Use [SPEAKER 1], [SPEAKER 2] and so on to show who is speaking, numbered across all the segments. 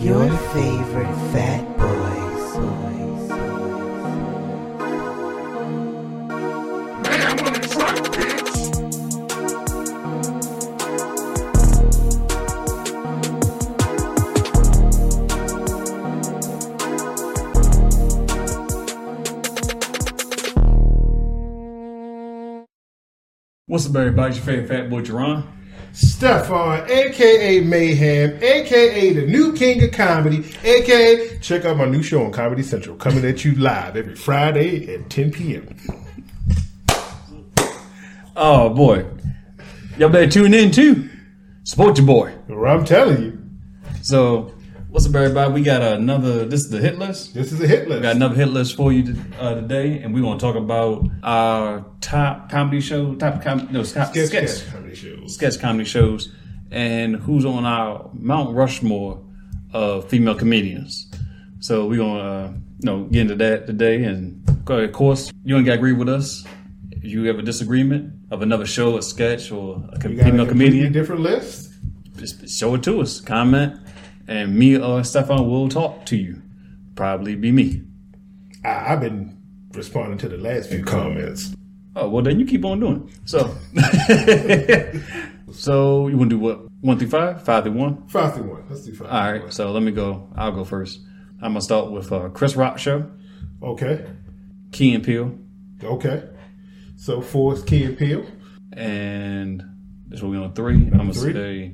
[SPEAKER 1] Your favorite fat boys. boys.
[SPEAKER 2] What's up, everybody? It's your favorite fat boy, Jerron.
[SPEAKER 3] Stefan, aka Mayhem, aka the new king of comedy, aka check out my new show on Comedy Central coming at you live every Friday at 10 p.m.
[SPEAKER 2] Oh, boy. Y'all better tune in, too. Support your boy.
[SPEAKER 3] Or I'm telling you,
[SPEAKER 2] So, what's up, everybody? We got another, this is the hit list.
[SPEAKER 3] this is a
[SPEAKER 2] Got
[SPEAKER 3] hit list.
[SPEAKER 2] another hit list for you to, uh, today, and we want to talk about our top comedy show, top com- no, top sketch,
[SPEAKER 3] Sketch
[SPEAKER 2] sketch.
[SPEAKER 3] Cast comedy shows.
[SPEAKER 2] comedy shows, and who's on our Mount Rushmore of female comedians. So, we're going to, uh, you know, get into that today. And, of course, you ain't got to agree with us. If you have a disagreement of another show, a sketch, or a com-
[SPEAKER 3] We got a
[SPEAKER 2] female
[SPEAKER 3] completely
[SPEAKER 2] comedian,
[SPEAKER 3] Different list.
[SPEAKER 2] just show it to us. Comment, and me or Stefan will talk to you. Probably be me.
[SPEAKER 3] I, I've been responding to the last few comments.
[SPEAKER 2] Oh well, then you keep on doing. it. So, so you want to do what? One through five, five through one.
[SPEAKER 3] Five through one. Let's do five.
[SPEAKER 2] All
[SPEAKER 3] through
[SPEAKER 2] right. So let me go. I'll go first. I'm gonna start with uh, Chris Rock show,
[SPEAKER 3] one. Okay.
[SPEAKER 2] Key and Peele,
[SPEAKER 3] Okay. So four is Key and Peele.
[SPEAKER 2] and this will be on three. I'm gonna
[SPEAKER 3] three.
[SPEAKER 2] say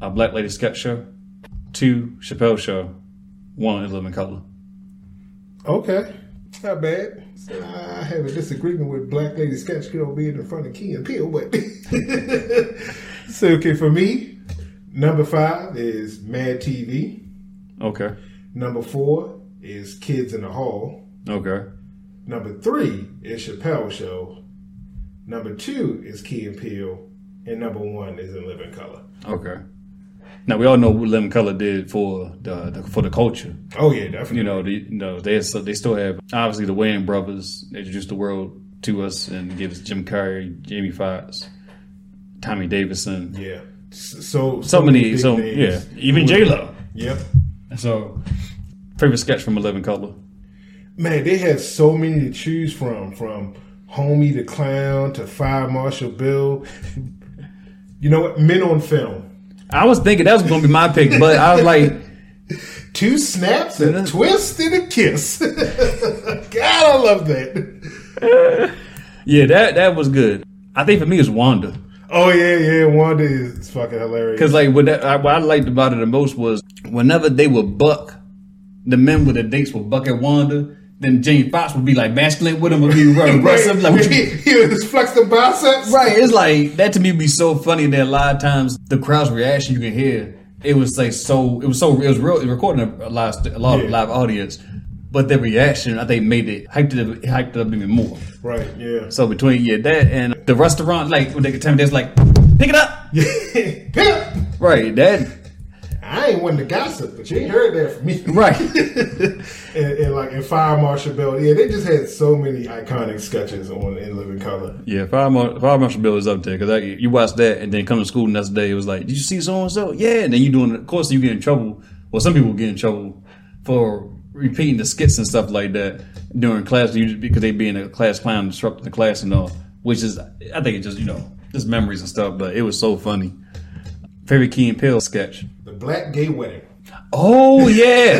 [SPEAKER 2] a Black Lady sketch show, two Chappelle show, one is Living Color.
[SPEAKER 3] Okay. Not bad. I have a disagreement with Black Lady Sketch Girl being in front of Key and Peele, but so okay for me. Number five is Mad TV.
[SPEAKER 2] Okay.
[SPEAKER 3] Number four is Kids in the Hall.
[SPEAKER 2] Okay.
[SPEAKER 3] Number three is Chappelle Show. Number two is Key and Peele, and number one is In Living Color.
[SPEAKER 2] Okay. Now we all know what Lemon Color did for the, the for the culture.
[SPEAKER 3] Oh yeah, definitely.
[SPEAKER 2] You know, the, you know they so they still have obviously the Wayne brothers they introduced the world to us and gave us Jim Carrey, Jamie Foxx, Tommy Davidson,
[SPEAKER 3] Yeah. S- So
[SPEAKER 2] so many,
[SPEAKER 3] big
[SPEAKER 2] so
[SPEAKER 3] names.
[SPEAKER 2] yeah, even J Lo.
[SPEAKER 3] Yep.
[SPEAKER 2] So favorite sketch from Eleven Color.
[SPEAKER 3] Man, they had so many to choose from, from Homie the Clown to Fire Marshal Bill. You know what? Men on film.
[SPEAKER 2] I was thinking that was going to be my pick, but I was like,
[SPEAKER 3] Two snaps, a
[SPEAKER 2] Mm-hmm.
[SPEAKER 3] twist, and a kiss. God, I love that.
[SPEAKER 2] yeah, that that was good. I think for me it's Wanda.
[SPEAKER 3] Oh yeah, yeah. Wanda is fucking hilarious.
[SPEAKER 2] Because like what, that, I, what I liked about it the most was whenever they would buck, the men with the dates would buck at Wanda. Then Jane Fox would be like masculine with him and be running aggressive. Like, what
[SPEAKER 3] he,
[SPEAKER 2] you-
[SPEAKER 3] he was flexing biceps.
[SPEAKER 2] right? It's like that to me would be so funny that a lot of times the crowd's reaction you can hear. It was like so. It was so. It was real. It was recording a live, a lot of
[SPEAKER 3] Yeah.
[SPEAKER 2] live audience, but the reaction I think made it hyped it up, hyped it up even more.
[SPEAKER 3] Right. Yeah.
[SPEAKER 2] So between yeah that and the restaurant, like when they could tell me, they was like, pick it up, right? That
[SPEAKER 3] I ain't one to gossip, but you ain't heard that from me.
[SPEAKER 2] right.
[SPEAKER 3] and, and like in Fire Marshal Bill, yeah, they just had so many iconic sketches on In Living Color.
[SPEAKER 2] Yeah, five month, five months bill is up there because you watch that and then come to school the next day. It was like, did you see so and so? Yeah, and then you doing. Of course, you get in trouble. Well, some people get in trouble for repeating the skits and stuff like that during class you, because they being a class clown, disrupting the class and all. Which is, I think it just you know just memories and stuff. But it was so funny. Favorite Key and Peele sketch.
[SPEAKER 3] The Black Gay Wedding.
[SPEAKER 2] Oh yeah,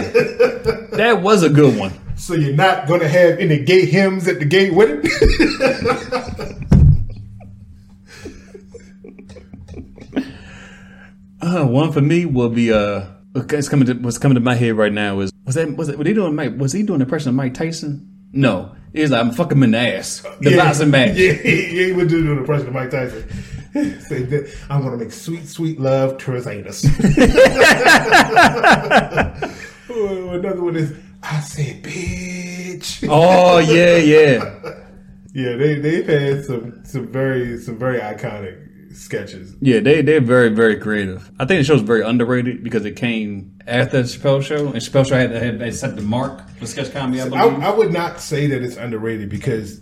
[SPEAKER 2] that was a good one.
[SPEAKER 3] So you're not gonna have any gay hymns at the gay wedding?
[SPEAKER 2] Uh, one for me will be uh, it's coming to what's coming to my head right now is was that was it, were they doing Mike was he doing an impression of Mike Tyson? No, he was like I'm fucking him in the ass, the boxing match.
[SPEAKER 3] Yeah, yeah, he would do the impression of Mike Tyson. Say that, I'm gonna make sweet, sweet love to his anus. Oh, Another one is I said bitch.
[SPEAKER 2] Oh yeah, yeah,
[SPEAKER 3] Yeah, they they've had some some very some very iconic sketches.
[SPEAKER 2] yeah. They they're very very creative. I think the show's very underrated because it came after the Chappelle show, and Chappelle show had had, had set the mark for sketch comedy. I
[SPEAKER 3] I,
[SPEAKER 2] believe.
[SPEAKER 3] I would not say that it's underrated because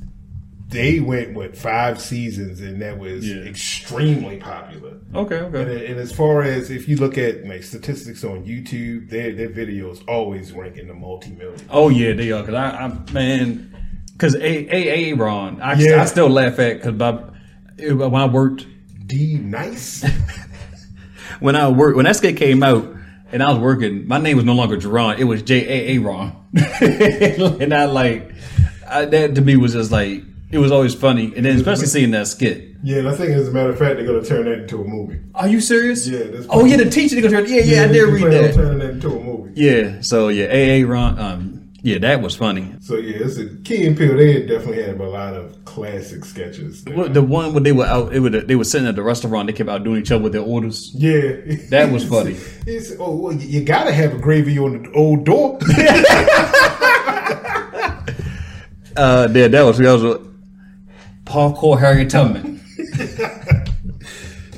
[SPEAKER 3] they went with five seasons, and that was
[SPEAKER 2] Yeah.
[SPEAKER 3] extremely popular.
[SPEAKER 2] Okay, okay.
[SPEAKER 3] And, and as far as if you look at like statistics on YouTube, their their videos always rank in the multi million.
[SPEAKER 2] Oh yeah, they are. Cause I, I man, cause a a Aaron, I,
[SPEAKER 3] Yeah.
[SPEAKER 2] I still laugh at cause by, it- when I worked
[SPEAKER 3] D nice.
[SPEAKER 2] when I worked when that skit came out and I was working, my name was no longer Jerron, it was J A Aaron, and I like I, that to me was just like it was always funny, and then especially seeing that skit.
[SPEAKER 3] yeah, and I think as a matter of fact, they're gonna turn that into a movie.
[SPEAKER 2] Are you serious?
[SPEAKER 3] Yeah, that's-
[SPEAKER 2] oh yeah, the teacher. They go, yeah, yeah, I did
[SPEAKER 3] they- they
[SPEAKER 2] read
[SPEAKER 3] plan on
[SPEAKER 2] that.
[SPEAKER 3] Turning that into a movie.
[SPEAKER 2] Yeah. So yeah, A A Ron. Um, yeah, that was funny.
[SPEAKER 3] So yeah, it's a Key and Peele. They definitely had a lot of classic sketches. that-
[SPEAKER 2] What- The one where they were out, it would they were sitting at the restaurant. They kept out doing each other with their orders.
[SPEAKER 3] Yeah,
[SPEAKER 2] That was funny.
[SPEAKER 3] It's, oh, well, you you gotta have a gravy on the old door.
[SPEAKER 2] Uh, yeah, that was that was a parkour Harriet Tubman.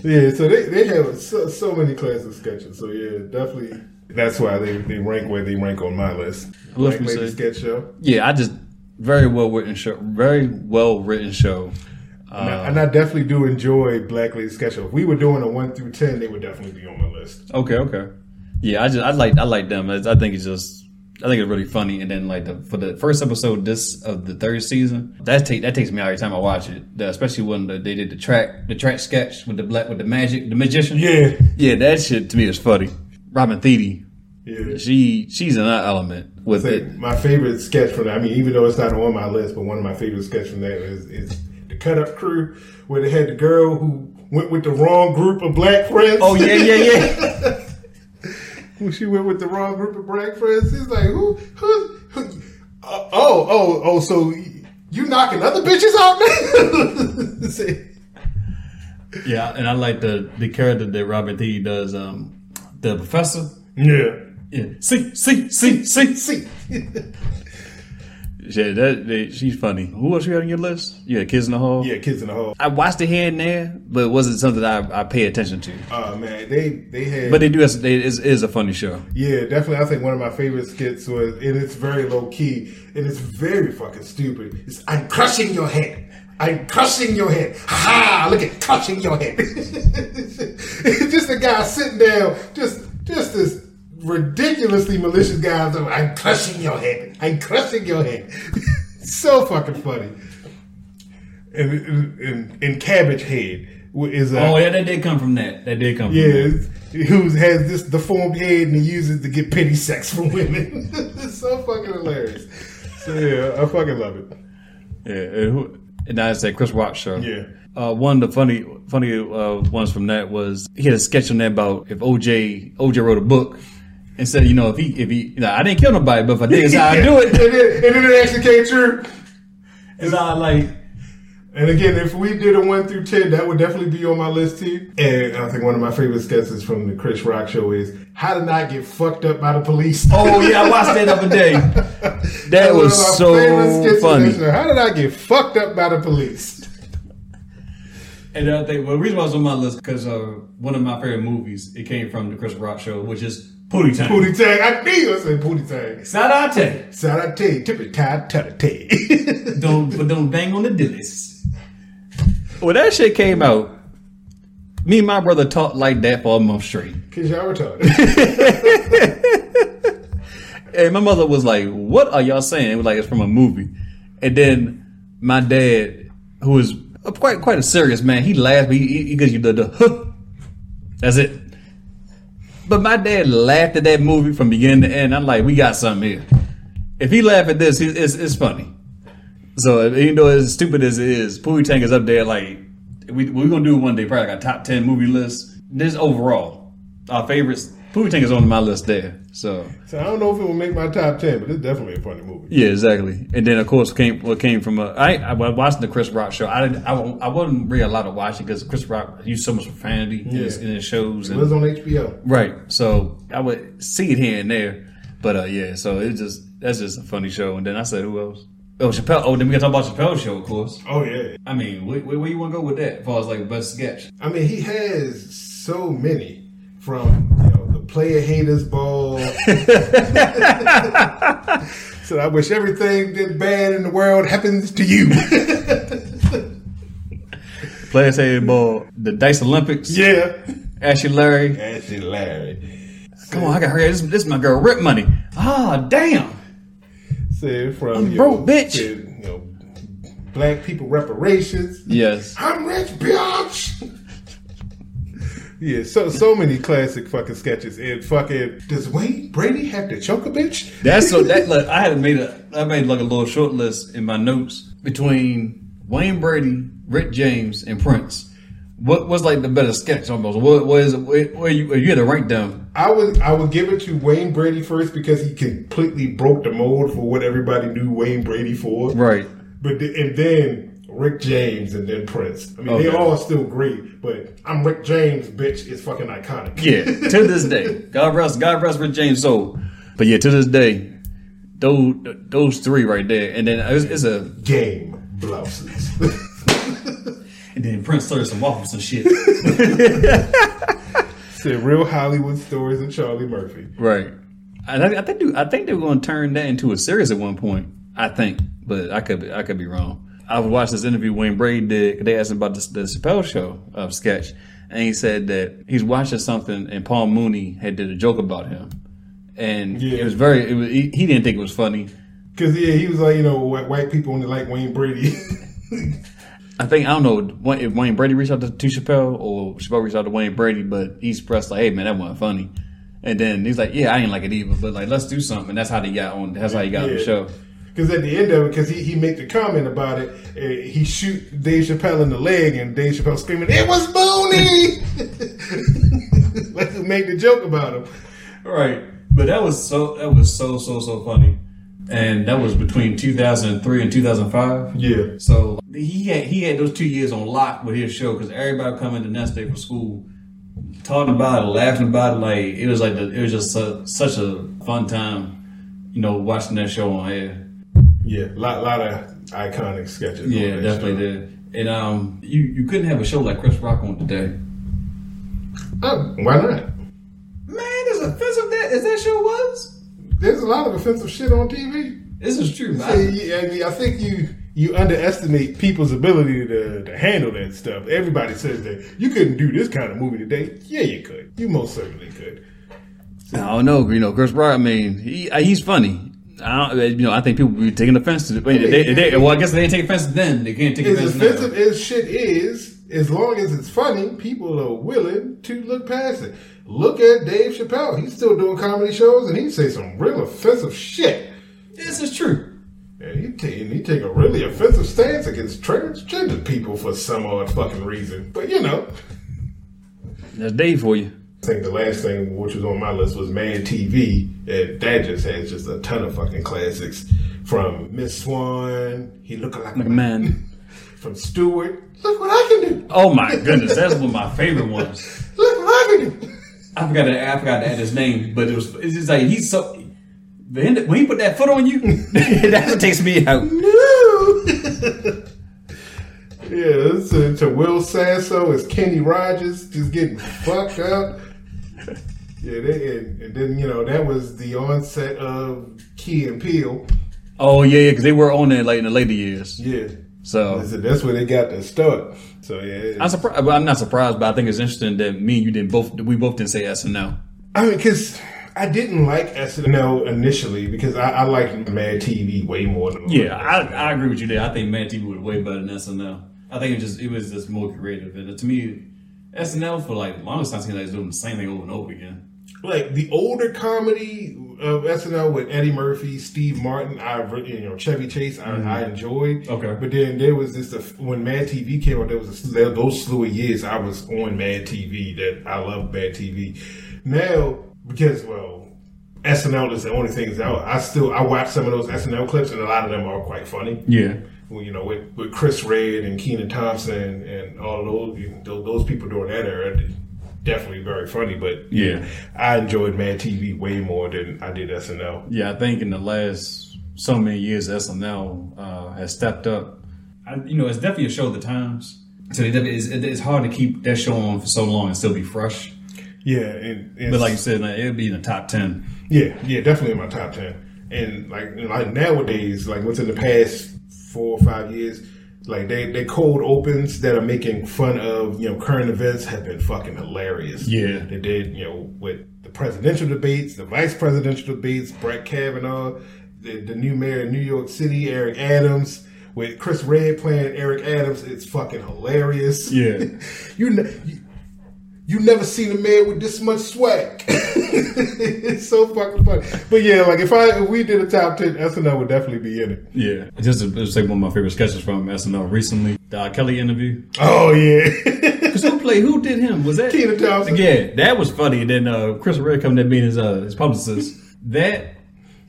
[SPEAKER 3] yeah, so they, they have so, so many classic sketches. So yeah, definitely. That's why they, they rank where they rank on my list.
[SPEAKER 2] Let
[SPEAKER 3] Black
[SPEAKER 2] me
[SPEAKER 3] Lady
[SPEAKER 2] see.
[SPEAKER 3] Sketch Show.
[SPEAKER 2] Yeah, I just very well written show. Very well written show.
[SPEAKER 3] And I- and I definitely do enjoy Black Lady Sketch Show. If we were doing a one through ten, they would definitely be on my list.
[SPEAKER 2] Okay, okay. Yeah, I just I like I like them. I, I think it's just I think it's really funny. And then like the for the first episode this of the third season that take that takes me out every time I watch it. The- especially when the, they did the track the track sketch with the black with the magic the magician.
[SPEAKER 3] Yeah,
[SPEAKER 2] yeah, that shit to me is funny. Robin Thede,
[SPEAKER 3] yeah.
[SPEAKER 2] she she's in that element with
[SPEAKER 3] Say,
[SPEAKER 2] it.
[SPEAKER 3] my favorite sketch from that, I mean, even though it's not on my list, but one of my favorite sketches from that is, is the Cut Up Crew, where they had the girl who went with the wrong group of black friends.
[SPEAKER 2] Oh yeah, yeah, yeah.
[SPEAKER 3] when she went with the wrong group of black friends, he's like, who, who, who uh, oh, oh, oh, so you knocking other bitches out now? Say,
[SPEAKER 2] yeah, and I like the the character that Robin Thede does. Um, the professor.
[SPEAKER 3] yeah.
[SPEAKER 2] Yeah. See, see, see, see, see.
[SPEAKER 3] See,
[SPEAKER 2] Yeah, that, that she's funny. Who else you had on your list? You had Kids in the Hall.
[SPEAKER 3] yeah, kids in the hall.
[SPEAKER 2] I watched it here and there, but it wasn't something I, I pay attention to.
[SPEAKER 3] Oh man, they they had.
[SPEAKER 2] But they do. It is, it is a funny show.
[SPEAKER 3] Yeah, definitely. I think one of my favorite skits was, and it's very low key, and it's very fucking stupid. It's I'm crushing your head. I'm crushing your head. Ha! Look at crushing your head. It's just a guy sitting down, just just this ridiculously malicious guy. I'm, I'm crushing your head. I'm crushing your head. so fucking funny. And, and, and, and Cabbage Head is a
[SPEAKER 2] Oh yeah, that did come from that. That did come. From
[SPEAKER 3] yeah,
[SPEAKER 2] that.
[SPEAKER 3] who has this deformed head and he uses it to get pity sex from women. it's so fucking hilarious. So yeah, I fucking love it.
[SPEAKER 2] Yeah. And, who, and that's that Chris Rock show.
[SPEAKER 3] Yeah.
[SPEAKER 2] Uh, one of the funny funny uh, ones from that was he had a sketch on that about if OJ OJ wrote a book and said you know if he if he you know, I didn't kill nobody but if I did it's how I do
[SPEAKER 3] and
[SPEAKER 2] it
[SPEAKER 3] then, and then it actually came true.
[SPEAKER 2] it's how I like
[SPEAKER 3] And again, if we did a one through ten, that would definitely be on my list too. And I think one of my favorite sketches from the Chris Rock show is how to not get fucked up by the police.
[SPEAKER 2] oh yeah I watched that the other day that
[SPEAKER 3] One of
[SPEAKER 2] was
[SPEAKER 3] my favorite
[SPEAKER 2] so
[SPEAKER 3] skits from that
[SPEAKER 2] funny.
[SPEAKER 3] show. How did I get fucked up by the police?
[SPEAKER 2] And I think well, the reason why it's on my list because uh, one of my favorite movies it came from the Chris Rock show, which is Pootie Time.
[SPEAKER 3] Booty tag. I knew I said booty tag.
[SPEAKER 2] Sadate,
[SPEAKER 3] Salate, tippy tie, tutty tay.
[SPEAKER 2] don't but don't bang on the dillies. When that shit came out, me and my brother talked like that for a month straight,
[SPEAKER 3] Cause y'all retarded.
[SPEAKER 2] and my mother was like, "What are y'all saying?" It was like it's from a movie, and then my dad, who is a, quite quite a serious man, he laughed, but he, he, he gives you the, the huh. That's it. But my dad laughed at that movie from beginning to end. I'm like, we got something here. If he laughed at this, it's, it's, it's funny. So even though as stupid as it is, Pooey Tank is up there. Like we we're gonna do it one day, probably like a top ten movie list. This overall, our favorites. Pooey Tank is on my list there. So
[SPEAKER 3] so I don't know if it will make my top ten, but it's definitely a funny movie.
[SPEAKER 2] yeah, exactly. And then of course came what came from uh, I I was watching the Chris Rock show. I didn't, I, wa- I wasn't really allowed to watch it because Chris Rock used so much profanity in, his, in his shows.
[SPEAKER 3] It
[SPEAKER 2] And,
[SPEAKER 3] was on HBO.
[SPEAKER 2] Right. So I would see it here and there. But uh, yeah, so it just that's just a funny show. And then I said, who else? Oh, Chappelle. Oh, then we got to talk about Chappelle's show, of course.
[SPEAKER 3] Oh yeah.
[SPEAKER 2] I mean, where, where, where you want to go with that? As far as like best sketch.
[SPEAKER 3] I mean, he has so many from you know the player haters ball. So I wish everything that bad in the world happens to you.
[SPEAKER 2] Players hated ball. The Dice Olympics.
[SPEAKER 3] yeah.
[SPEAKER 2] Ashley Larry.
[SPEAKER 3] That's Larry.
[SPEAKER 2] Come on, I got to hurry. up. This, this is my girl. Rip money. Ah, damn.
[SPEAKER 3] Said from you
[SPEAKER 2] broke, bitch.
[SPEAKER 3] said, you know, black people reparations.
[SPEAKER 2] Yes.
[SPEAKER 3] I'm rich, bitch. yeah, so so many classic fucking sketches. And fucking does Wayne Brady have to choke a bitch?
[SPEAKER 2] That's so that look, I had made a I made like a little short list in my notes between Wayne Brady, Rick James, and Prince. What was like the better sketch almost? What was where where you if you had to rank them?
[SPEAKER 3] I would I would give it to Wayne Brady first because he completely broke the mold for what everybody knew Wayne Brady for.
[SPEAKER 2] Right.
[SPEAKER 3] But the, and then Rick James and then Prince. I mean,
[SPEAKER 2] Okay.
[SPEAKER 3] they're all still great, but I'm Rick James, bitch, is fucking iconic.
[SPEAKER 2] Yeah. To this day, God rest God rest Rick James' soul. But yeah, to this day, those those three right there, and then it's, it's a
[SPEAKER 3] Game blouses.
[SPEAKER 2] and then Prince started some waffles and shit.
[SPEAKER 3] the real Hollywood stories of Charlie Murphy.
[SPEAKER 2] right. And I, I think they- I think they were going to turn that into a series at one point. I think, but I could be, I could be wrong. I watched this interview Wayne Brady did. They asked him about the, the Chappelle Show uh, sketch, and he said that he's watching something, and Paul Mooney had did a joke about him, and
[SPEAKER 3] Yeah.
[SPEAKER 2] it was very. It was, he, he didn't think it was funny.
[SPEAKER 3] Because, yeah, he was like, you know, white, white people only like Wayne Brady.
[SPEAKER 2] I think I don't know what- if Wayne Brady reached out to, to Chappelle or Chappelle reached out to Wayne Brady, but he expressed like, "Hey man, that wasn't funny," and then he's like, "Yeah, I ain't like it either, but like let's do something." And that's how they got on. That's how he got on the
[SPEAKER 3] Yeah.
[SPEAKER 2] show.
[SPEAKER 3] Because at the end of it, because he, he made the comment about it, uh, he shoot Dave Chappelle in the leg, and Dave Chappelle screaming, "It was Booney!" like who made the joke about him?
[SPEAKER 2] Right, but that was so that was so so so funny, and that was between 2003 and 2005.
[SPEAKER 3] Yeah,
[SPEAKER 2] So he had he had those two years on lock with his show because everybody coming the next day from school, talking about it, laughing about it. Like it was like the, it was just su- such a fun time, you know, watching that show on air.
[SPEAKER 3] yeah, lot lot of iconic sketches.
[SPEAKER 2] Yeah,
[SPEAKER 3] on that
[SPEAKER 2] definitely
[SPEAKER 3] show.
[SPEAKER 2] did. And um, you you couldn't have a show like Chris Rock on today.
[SPEAKER 3] Oh, why not?
[SPEAKER 2] Man, as offensive that as that show was,
[SPEAKER 3] There's a lot of offensive shit on TV.
[SPEAKER 2] this is true.
[SPEAKER 3] I, I mean, I think you you underestimate people's ability to, to handle that stuff. Everybody says that you couldn't do this kind of movie today. Yeah, you could. You most certainly could.
[SPEAKER 2] I don't know. You know, Chris Rock. I mean, he uh, he's funny. I don't, uh, you know, I think people be taking offense to it. Wait, they, they, well, I guess they didn't take offense then. They can't take
[SPEAKER 3] As
[SPEAKER 2] offense now.
[SPEAKER 3] offensive as shit is, as long as it's funny, people are willing to look past it. Look at Dave Chappelle. He's still doing comedy shows and he say some real offensive shit.
[SPEAKER 2] This is true.
[SPEAKER 3] And he, ta- and he take a really offensive stance against transgender people for some odd fucking reason. But you know,
[SPEAKER 2] That's Dave for you.
[SPEAKER 3] I think the last thing which was on my list was Man TV. And that just has just a ton of fucking classics from Miss Swan. He looking like a man.
[SPEAKER 2] Man,
[SPEAKER 3] From Stewart. Look what I can do.
[SPEAKER 2] oh my goodness, that's one of my favorite ones.
[SPEAKER 3] Look what I can do.
[SPEAKER 2] I forgot to, I forgot to add his name, but it was it's just like he's so. The end, when he put that foot on you, that's what takes me out.
[SPEAKER 3] No. yeah, to, to Will Sasso is Kenny Rogers just getting fucked up. Yeah, they, and, and then you know that was the onset of Key and Peele.
[SPEAKER 2] Oh yeah, yeah, because they were on there like in the later years.
[SPEAKER 3] Yeah,
[SPEAKER 2] So
[SPEAKER 3] so that's where they got their start. So yeah,
[SPEAKER 2] I'm surprised. well, I'm not surprised, but I think it's interesting that me and you didn't both. We both didn't say SNL.
[SPEAKER 3] I mean, because I didn't like SNL initially because I, I liked Mad TV way more than
[SPEAKER 2] Yeah, I, I agree with you there. I think Mad TV was way better than SNL. I think it just it was just more creative. And to me, SNL for like the longest time seemed like it was doing the same thing over and over again.
[SPEAKER 3] like the older comedy of SNL with Eddie Murphy, Steve Martin, I re- you know Chevy Chase, I, I enjoyed.
[SPEAKER 2] Mm-hmm. Okay.
[SPEAKER 3] but then there was this when Mad TV came out. There was a, there, those slew of years I was on Mad TV. That I love Mad TV. Now because well, SNL is the only things out. I still I watch some of those SNL clips and a lot of them are quite funny
[SPEAKER 2] Yeah,
[SPEAKER 3] well, you know, with, with Chris Red and Keenan Thompson and all those you know, tho- those people during that era, definitely very funny. But
[SPEAKER 2] Yeah.
[SPEAKER 3] I enjoyed Mad TV way more than I did SNL.
[SPEAKER 2] yeah. I think in the last so many years, SNL uh, has stepped up. I, you know, it's definitely a show of the times. So they definitely- it's, it's hard to keep that show on for so long and still be fresh.
[SPEAKER 3] Yeah, and, and
[SPEAKER 2] But like you said, like, it'd be in the top ten.
[SPEAKER 3] yeah, yeah, definitely in my top ten. and like you know, like nowadays, like within the past four or five years, like they they cold opens that are making fun of you know current events have been fucking hilarious.
[SPEAKER 2] Yeah.
[SPEAKER 3] they did you know with the presidential debates, the vice presidential debates, Brett Kavanaugh, the, the new mayor of New York City, Eric Adams. With Chris Red playing Eric Adams, it's fucking hilarious.
[SPEAKER 2] Yeah.
[SPEAKER 3] you, ne- you you never seen a man with this much swag. it's so fucking funny. But yeah, like if I if we did a top ten, SNL would definitely be in it.
[SPEAKER 2] Yeah, just it was like one of my favorite sketches from SNL recently. The R. Kelly interview.
[SPEAKER 3] Oh yeah.
[SPEAKER 2] Because who played? Who did him? Was that
[SPEAKER 3] Kenan Thompson.
[SPEAKER 2] Yeah, that was funny. And then uh, Chris Red coming at being his uh, his publicist. that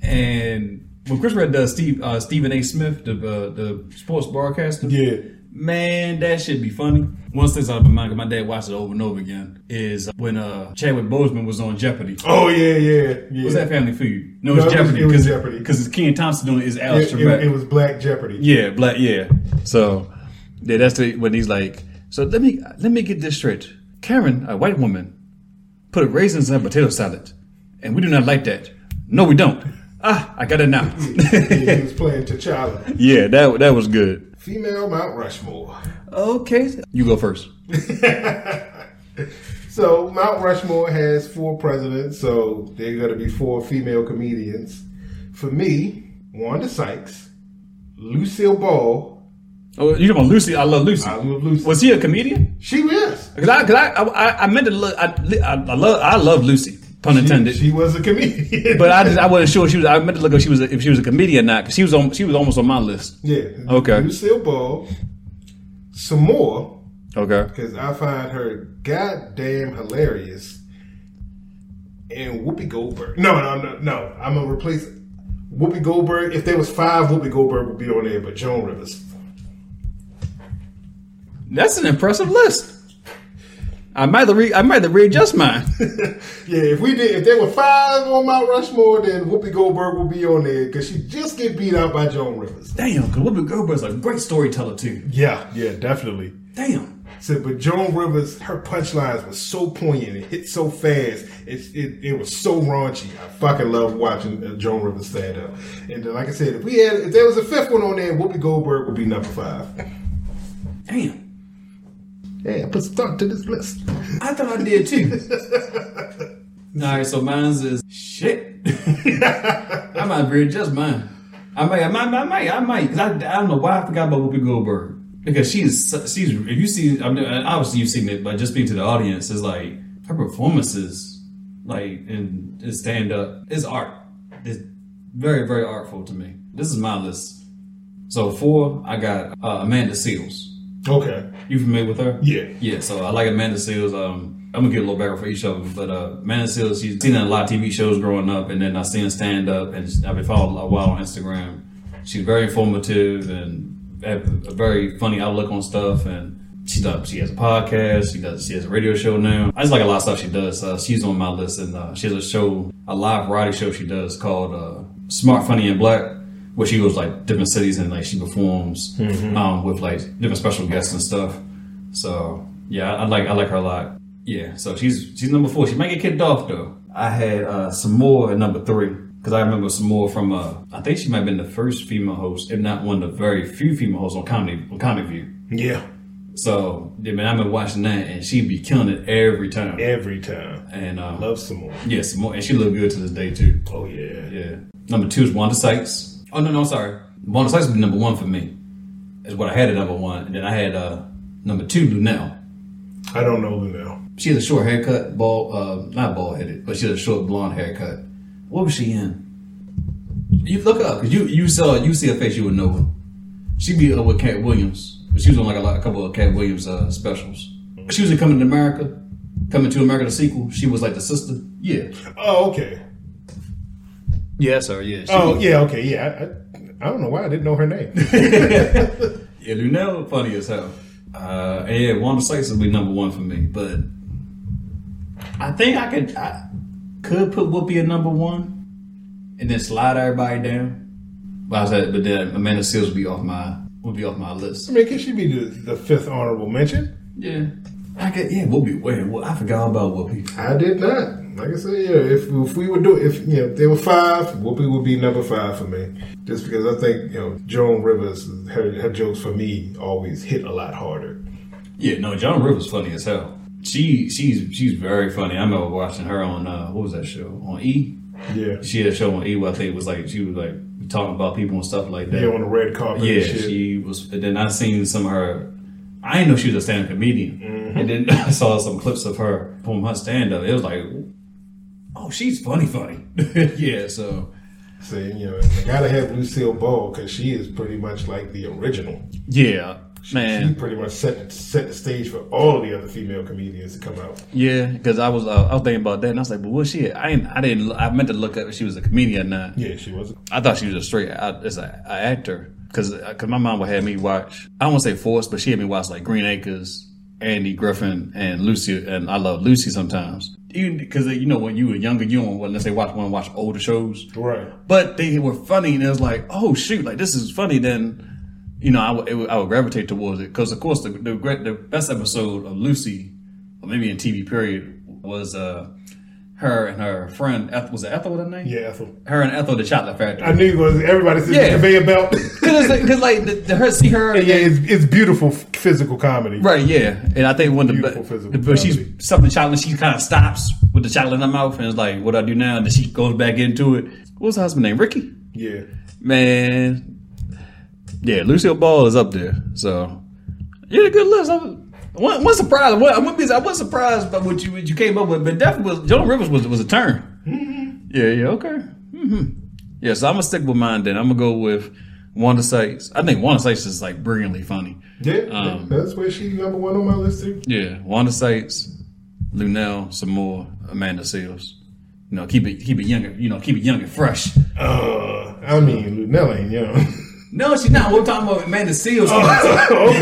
[SPEAKER 2] and when Chris Red does Steve uh, Stephen A. Smith, the uh, the sports broadcaster.
[SPEAKER 3] yeah.
[SPEAKER 2] Man, that should be funny. One thing out of my mind, 'cause my dad watched it over and over again, is when uh, Chadwick Boseman was on Jeopardy.
[SPEAKER 3] Oh yeah, yeah, yeah.
[SPEAKER 2] Was that Family Feud? No, it was
[SPEAKER 3] No, it was-
[SPEAKER 2] Jeopardy.
[SPEAKER 3] it was
[SPEAKER 2] 'cause
[SPEAKER 3] Jeopardy.
[SPEAKER 2] Because it's Ken Thompson doing it. It's Alex
[SPEAKER 3] It,
[SPEAKER 2] Trebek.
[SPEAKER 3] it, it was Black Jeopardy.
[SPEAKER 2] Yeah, black. Yeah. So, yeah, that's the, when he's like, so let me let me get this straight. Karen, a white woman, put raisins in her potato salad, and we do not like that. No, we don't. Ah, I got it now.
[SPEAKER 3] Yeah, he was playing T'Challa.
[SPEAKER 2] yeah, that that was good.
[SPEAKER 3] Female Mount Rushmore.
[SPEAKER 2] Okay, you go first.
[SPEAKER 3] So Mount Rushmore has four presidents, so there are going to be four female comedians. For me, Wanda Sykes, Lucille Ball.
[SPEAKER 2] Oh, you talking about Lucy? I love Lucy.
[SPEAKER 3] I love Lucy.
[SPEAKER 2] Was he a comedian?
[SPEAKER 3] she is.
[SPEAKER 2] Because I, cause I, I, I meant to look. I, I, I love, I love Lucy. Pun intended.
[SPEAKER 3] She, she was a comedian.
[SPEAKER 2] but I just, I wasn't sure she was. I meant to look if she was, a, if she was a comedian or not. Because she was on, she was almost on my list.
[SPEAKER 3] yeah.
[SPEAKER 2] Okay.
[SPEAKER 3] Lucille Ball. Some more,
[SPEAKER 2] Okay.
[SPEAKER 3] because I find her goddamn hilarious. And Whoopi Goldberg. No, no, no, no. I'm gonna replace Whoopi Goldberg. If there was five, Whoopi Goldberg would be on there, but Joan Rivers.
[SPEAKER 2] That's an impressive list. I might have re- I might have readjust mine.
[SPEAKER 3] Yeah, if we did, if there were five on Mount Rushmore, then Whoopi Goldberg would be on there because she just get beat out by Joan Rivers.
[SPEAKER 2] Damn, because Whoopi Goldberg's a great storyteller too.
[SPEAKER 3] Yeah, yeah, definitely.
[SPEAKER 2] Damn.
[SPEAKER 3] So, but Joan Rivers, her punchlines were so poignant, it hit so fast, it, it, it was so raunchy. I fucking love watching uh, Joan Rivers stand up. And then, like I said, if we had, if there was a fifth one on there, Whoopi Goldberg would be number five.
[SPEAKER 2] Damn.
[SPEAKER 3] Hey, I put some thought to this list.
[SPEAKER 2] I thought I did too. All right, so mine's is shit. I might readjust mine. I might, I might, I might, I might. 'cause I, I don't know why I forgot about Whoopi Goldberg because she's su- she's. If you see, I mean, obviously you've seen it, but just speaking to the audience, is like her performances, like in, in stand up, is art. It's very very artful to me. This is my list. So four, I got uh, Amanda Seals.
[SPEAKER 3] Okay.
[SPEAKER 2] You familiar with her?
[SPEAKER 3] Yeah.
[SPEAKER 2] Yeah, so I like Amanda Seals. Um, I'm gonna get a little background for each of them, but uh, Amanda Seals, she's seen her in a lot of TV shows growing up, and then I seen her stand up, and I've been following her a while on Instagram. She's very informative and have a very funny outlook on stuff, and she does. She has a podcast. She does. She has a radio show now. I just like a lot of stuff she does. Uh, she's on my list, and uh, she has a show, a live variety show she does called uh, Smart, Funny, and Black where she goes like different cities and like she performs um, with like different special guests and stuff. So yeah, I, I like I like her a lot. Yeah, so she's she's number four. She might get kicked off though. I had uh, some more at number three because I remember some more from uh, I think she might have been the first female host, if not one of the very few female hosts on comedy on Comedy View.
[SPEAKER 3] Yeah.
[SPEAKER 2] So yeah, man, I've been watching that and she be killing it every time.
[SPEAKER 3] Every time.
[SPEAKER 2] And uh,
[SPEAKER 3] Love some more.
[SPEAKER 2] yes, more and she look good to this day too.
[SPEAKER 3] Oh, yeah.
[SPEAKER 2] Yeah. Number two is Wanda Sykes. Oh no, no, sorry. Wanda Sykes would be number one for me. Is what I had at number one, and then I had uh number two Lunel.
[SPEAKER 3] I don't know them now.
[SPEAKER 2] She has a short haircut, bald, uh, not bald headed, but she has a short blonde haircut. What was she in? You look up because you you saw you see her face, you would know her. She be uh, with Cat Williams, but she was on like a, lot, a couple of Cat Williams uh, specials. She was in Coming to America, Coming to America, the sequel. She was like the sister. Yeah.
[SPEAKER 3] Oh, okay.
[SPEAKER 2] Yeah, sir. Yeah. She
[SPEAKER 3] Oh, yeah, okay, yeah. I, I don't know why I didn't know her name.
[SPEAKER 2] Yeah, Lunel, funny as hell. Uh, and yeah, Wanda Sykes will be number one for me, but I think I could I could put Whoopi at number one and then slide everybody down. But I said, but then Amanda Seals would be off my would be off my
[SPEAKER 3] I
[SPEAKER 2] list.
[SPEAKER 3] mean, can she be the, the fifth honorable mention?
[SPEAKER 2] Yeah, I get yeah, we'll be waiting. Well, I forgot all about Whoopi.
[SPEAKER 3] I did not. Like I said, yeah, if, if we would do if you know if there were five, Whoopi would be number five for me. Just because I think you know Joan Rivers, her, her jokes for me always hit a lot harder.
[SPEAKER 2] Yeah, no, Joan Rivers funny as hell. She she's she's very funny. I remember watching her on uh, what was that show on E.
[SPEAKER 3] Yeah,
[SPEAKER 2] She had a show on E. Where I think it was like she was like talking about people and stuff like that.
[SPEAKER 3] yeah, on the red carpet.
[SPEAKER 2] Yeah,
[SPEAKER 3] and shit.
[SPEAKER 2] she was. And then I seen some of her. I didn't know she was a stand-up comedian,
[SPEAKER 3] Mm-hmm.
[SPEAKER 2] and then I saw some clips of her from her stand-up. It was like, oh, she's funny, funny. yeah, so
[SPEAKER 3] So you know, I gotta have Lucille Ball because she is pretty much like the original.
[SPEAKER 2] yeah,
[SPEAKER 3] She pretty much set set the stage for all the other female comedians to come out.
[SPEAKER 2] yeah. Because I was, uh, I was thinking about that, and I was like, but what she? I didn't, I didn't, I meant to look up if she was a comedian or not.
[SPEAKER 3] Yeah, she was.
[SPEAKER 2] I thought she was a straight out as an actor because because my mom would have me watch. I won't say forced, but she had me watch like Green Acres, Andy Griffin, and Lucy. And I love Lucy sometimes, even because you know when you were younger, you don't want to say watch want to watch older shows,
[SPEAKER 3] Right.
[SPEAKER 2] but they were funny, and it was like, oh shoot, like this is funny. Then you know I would- it would I would gravitate towards it because of course the the, great, the best episode of Lucy, or maybe in TV period, was uh her and her friend Eth- was it Ethel with her name?
[SPEAKER 3] Yeah, Ethel.
[SPEAKER 2] Her and Ethel the chocolate factory.
[SPEAKER 3] I knew you was. Everybody said
[SPEAKER 2] Yeah.
[SPEAKER 3] yeah. conveyor belt.
[SPEAKER 2] Cause, it's, cause like the, the her see her
[SPEAKER 3] yeah, it's, it's beautiful f- physical comedy.
[SPEAKER 2] right yeah and I think one of the
[SPEAKER 3] Beautiful
[SPEAKER 2] but,
[SPEAKER 3] physical
[SPEAKER 2] but she's
[SPEAKER 3] comedy.
[SPEAKER 2] something chocolate she kind of stops with the chocolate in her mouth and it's like what do I do now and then she goes back into it what was her husband name Ricky
[SPEAKER 3] Yeah.
[SPEAKER 2] man yeah Lucille Ball is up there so you had a good list I'm one, one surprise one, I wouldn't be I was surprised by what you what you came up with but definitely was, Joan Rivers was was a turn yeah yeah okay Mm-hmm. Yeah, so I'm gonna stick with mine then. I'm gonna go with Wanda Sykes. I think Wanda Sykes is like brilliantly funny.
[SPEAKER 3] Yeah,
[SPEAKER 2] Um,
[SPEAKER 3] that's where she number one on my list too.
[SPEAKER 2] Yeah, Wanda Sykes, Lunel, some more Amanda Seals. You know, keep it keep it younger. You know, keep it young and fresh.
[SPEAKER 3] Uh, I mean, Lunella ain't young.
[SPEAKER 2] No, she's not. We're talking about Amanda Seals.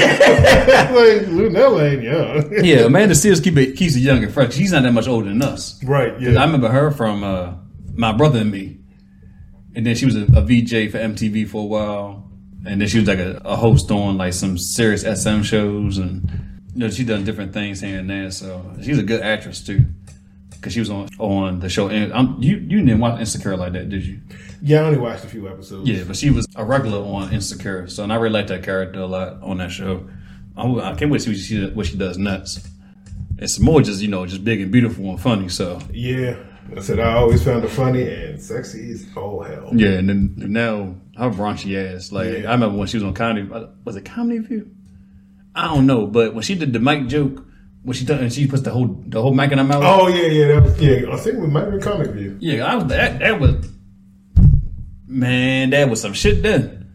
[SPEAKER 3] like Lunella ain't young.
[SPEAKER 2] yeah, Amanda Seals keep it keeps it young and fresh. She's not that much older than us.
[SPEAKER 3] right.
[SPEAKER 2] I
[SPEAKER 3] Yeah.
[SPEAKER 2] remember her from uh, My Brother and Me. And then she was a, a VJ for MTV for a while. And then she was like a, a host on like some serious SM shows. And, you know, she done different things here and there. So she's a good actress too. Because she was on on the show. And um you, you didn't watch Insecure like that, did you?
[SPEAKER 3] yeah, I only watched a few episodes.
[SPEAKER 2] Yeah, but she was a regular on Insecure. So, and I really like that character a lot on that show. I, w- I can't wait to see what she, what she does nuts. It's more just, you know, just big and beautiful and funny. So,
[SPEAKER 3] Yeah. I said I always found her funny and sexy as all hell.
[SPEAKER 2] Yeah, and then now her raunchy ass. Like
[SPEAKER 3] Yeah.
[SPEAKER 2] I remember when she was on Comedy, uh, was it Comedy View? I don't know, but when she did the mic joke, when she done, and she puts the whole the whole mic in her mouth.
[SPEAKER 3] Oh yeah, yeah, that was yeah. I think we might have been comic view.
[SPEAKER 2] Yeah, I was that that was man, that was some shit then.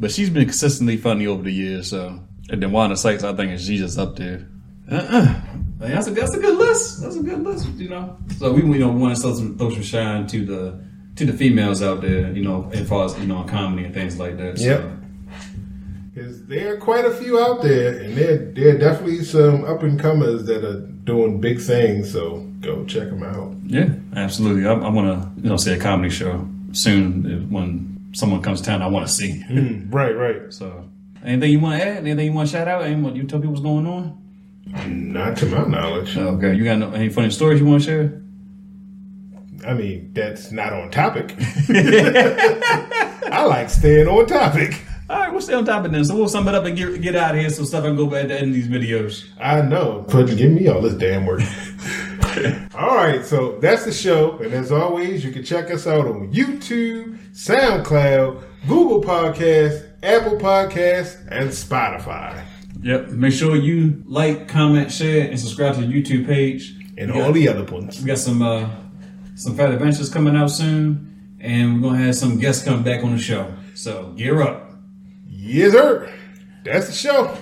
[SPEAKER 2] But she's been consistently funny over the years, so and then Wanda Sykes, I think she's just up there. Uh-uh. Man, that's a that's a good list. That's a good list, you know. So we you know want to throw some throw some shine to the to the females out there, you know, as far as you know, comedy and things like that. So.
[SPEAKER 3] Yep. Because there are quite a few out there, and there there are definitely some up and comers that are doing big things. So go check them out.
[SPEAKER 2] Yeah, absolutely. I, I want to you know see a comedy show soon if, when someone comes to town. I want to see.
[SPEAKER 3] Right, right.
[SPEAKER 2] So, anything you want to add? Anything you want to shout out? Anything what you tell people what's going on?
[SPEAKER 3] Not to my knowledge.
[SPEAKER 2] Okay, you got no, any funny stories you want to share?
[SPEAKER 3] I mean, that's not on topic. I like staying on topic.
[SPEAKER 2] All right, we'll stay on top of this. So we'll sum it up and get get out of here. So stuff I can go back to end these videos.
[SPEAKER 3] I know, but give me all this damn work. all right, so that's the show. And as always, you can check us out on YouTube, SoundCloud, Google Podcasts, Apple Podcasts, and Spotify.
[SPEAKER 2] Yep. Make sure you like, comment, share, and subscribe to the YouTube page.
[SPEAKER 3] And
[SPEAKER 2] We got-
[SPEAKER 3] all the other ones.
[SPEAKER 2] we got some uh, some fat adventures coming out soon, and we're gonna have some guests come back on the show. So gear up.
[SPEAKER 3] Yes, sir. That's the show.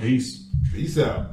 [SPEAKER 2] Peace.
[SPEAKER 3] Peace out.